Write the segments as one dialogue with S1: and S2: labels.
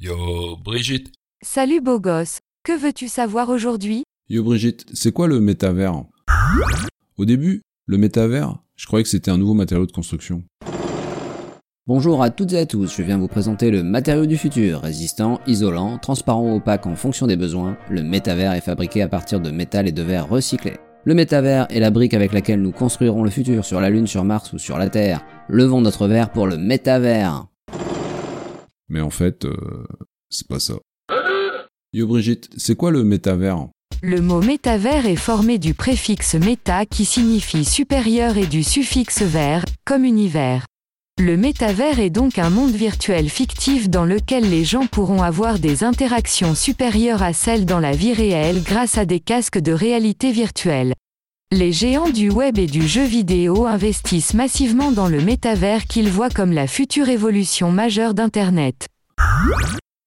S1: Yo Brigitte
S2: Salut beau gosse, que veux-tu savoir aujourd'hui
S3: Yo Brigitte, c'est quoi le métavers Au début, le métavers, je croyais que c'était un nouveau matériau de construction.
S4: Bonjour à toutes et à tous, je viens vous présenter le matériau du futur, résistant, isolant, transparent ou opaque en fonction des besoins. Le métavers est fabriqué à partir de métal et de verre recyclés. Le métavers est la brique avec laquelle nous construirons le futur sur la Lune, sur Mars ou sur la Terre. Levons notre verre pour le métavers.
S3: Mais en fait, euh, c'est pas ça. Yo Brigitte, c'est quoi le métavers
S2: Le mot métavers est formé du préfixe méta qui signifie supérieur et du suffixe vert, comme univers. Le métavers est donc un monde virtuel fictif dans lequel les gens pourront avoir des interactions supérieures à celles dans la vie réelle grâce à des casques de réalité virtuelle. Les géants du web et du jeu vidéo investissent massivement dans le métavers qu'ils voient comme la future évolution majeure d'Internet.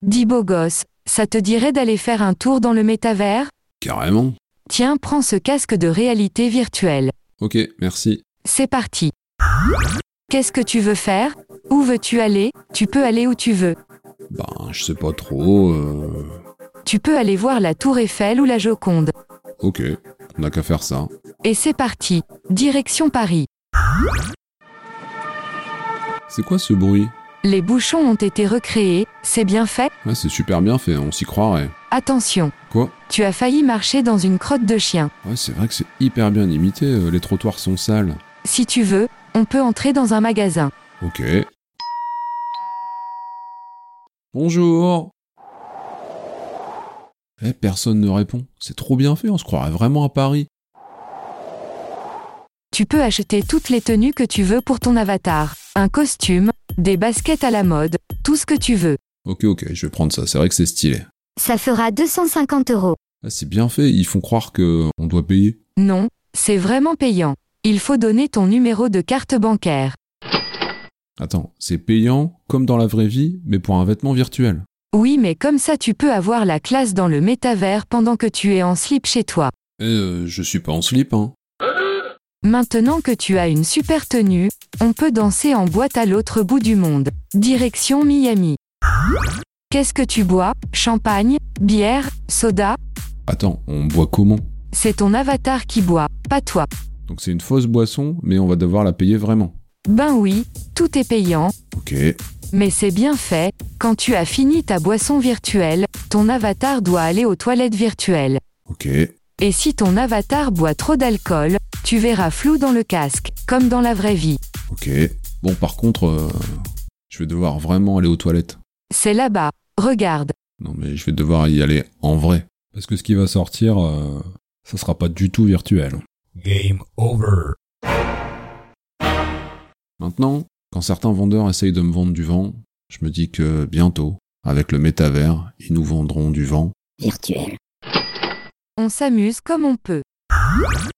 S2: Dis beau gosse, ça te dirait d'aller faire un tour dans le métavers
S3: Carrément
S2: Tiens, prends ce casque de réalité virtuelle.
S3: Ok, merci.
S2: C'est parti. Qu'est-ce que tu veux faire Où veux-tu aller Tu peux aller où tu veux.
S3: Ben, je sais pas trop... euh,
S2: Tu peux aller voir la tour Eiffel ou la Joconde.
S3: Ok, on a qu'à faire ça.
S2: Et c'est parti. Direction Paris.
S3: C'est quoi ce bruit
S2: Les bouchons ont été recréés, c'est bien fait
S3: Ah, c'est super bien fait, on s'y croirait.
S2: Attention.
S3: Quoi
S2: Tu as failli marcher dans une crotte de chien.
S3: Ouais, c'est vrai que c'est hyper bien imité, euh, les trottoirs sont sales.
S2: Si tu veux, on peut entrer dans un magasin.
S3: Ok. Bonjour Eh, personne ne répond. C'est trop bien fait, on se croirait vraiment à Paris.
S2: Tu peux acheter toutes les tenues que tu veux pour ton avatar. Un costume, des baskets à la mode, tout ce que tu veux.
S3: Ok, ok, je vais prendre ça, c'est vrai que c'est stylé.
S5: Ça fera 250 euros.
S3: Ah, c'est bien fait, ils font croire que on doit payer.
S2: Non, c'est vraiment payant. Il faut donner ton numéro de carte bancaire.
S3: Attends, c'est payant, comme dans la vraie vie, mais pour un vêtement virtuel.
S2: Oui, mais comme ça tu peux avoir la classe dans le métavers pendant que tu es en slip chez toi.
S3: Eh, euh, je suis pas en slip, hein.
S2: Maintenant que tu as une super tenue, on peut danser en boîte à l'autre bout du monde. Direction Miami. Qu'est-ce que tu bois Champagne Bière Soda
S3: Attends, on boit comment
S2: C'est ton avatar qui boit, pas toi.
S3: Donc c'est une fausse boisson, mais on va devoir la payer vraiment.
S2: Ben oui, tout est payant,
S3: Ok.
S2: mais c'est bien fait. Quand tu as fini ta boisson virtuelle, ton avatar doit aller aux toilettes virtuelles.
S3: Ok.
S2: Et si ton avatar boit trop d'alcool, tu verras flou dans le casque, comme dans la vraie vie.
S3: Ok. Bon, par contre, euh, je vais devoir vraiment aller aux toilettes.
S2: C'est là-bas. Regarde.
S3: Non, mais je vais devoir y aller en vrai. Parce que ce qui va sortir, euh, ça sera pas du tout virtuel.
S1: Game over.
S3: Maintenant, quand certains vendeurs essayent de me vendre du vent, je me dis que bientôt, avec le métavers, ils nous vendront du vent.
S5: Virtuel.
S2: On s'amuse comme on peut.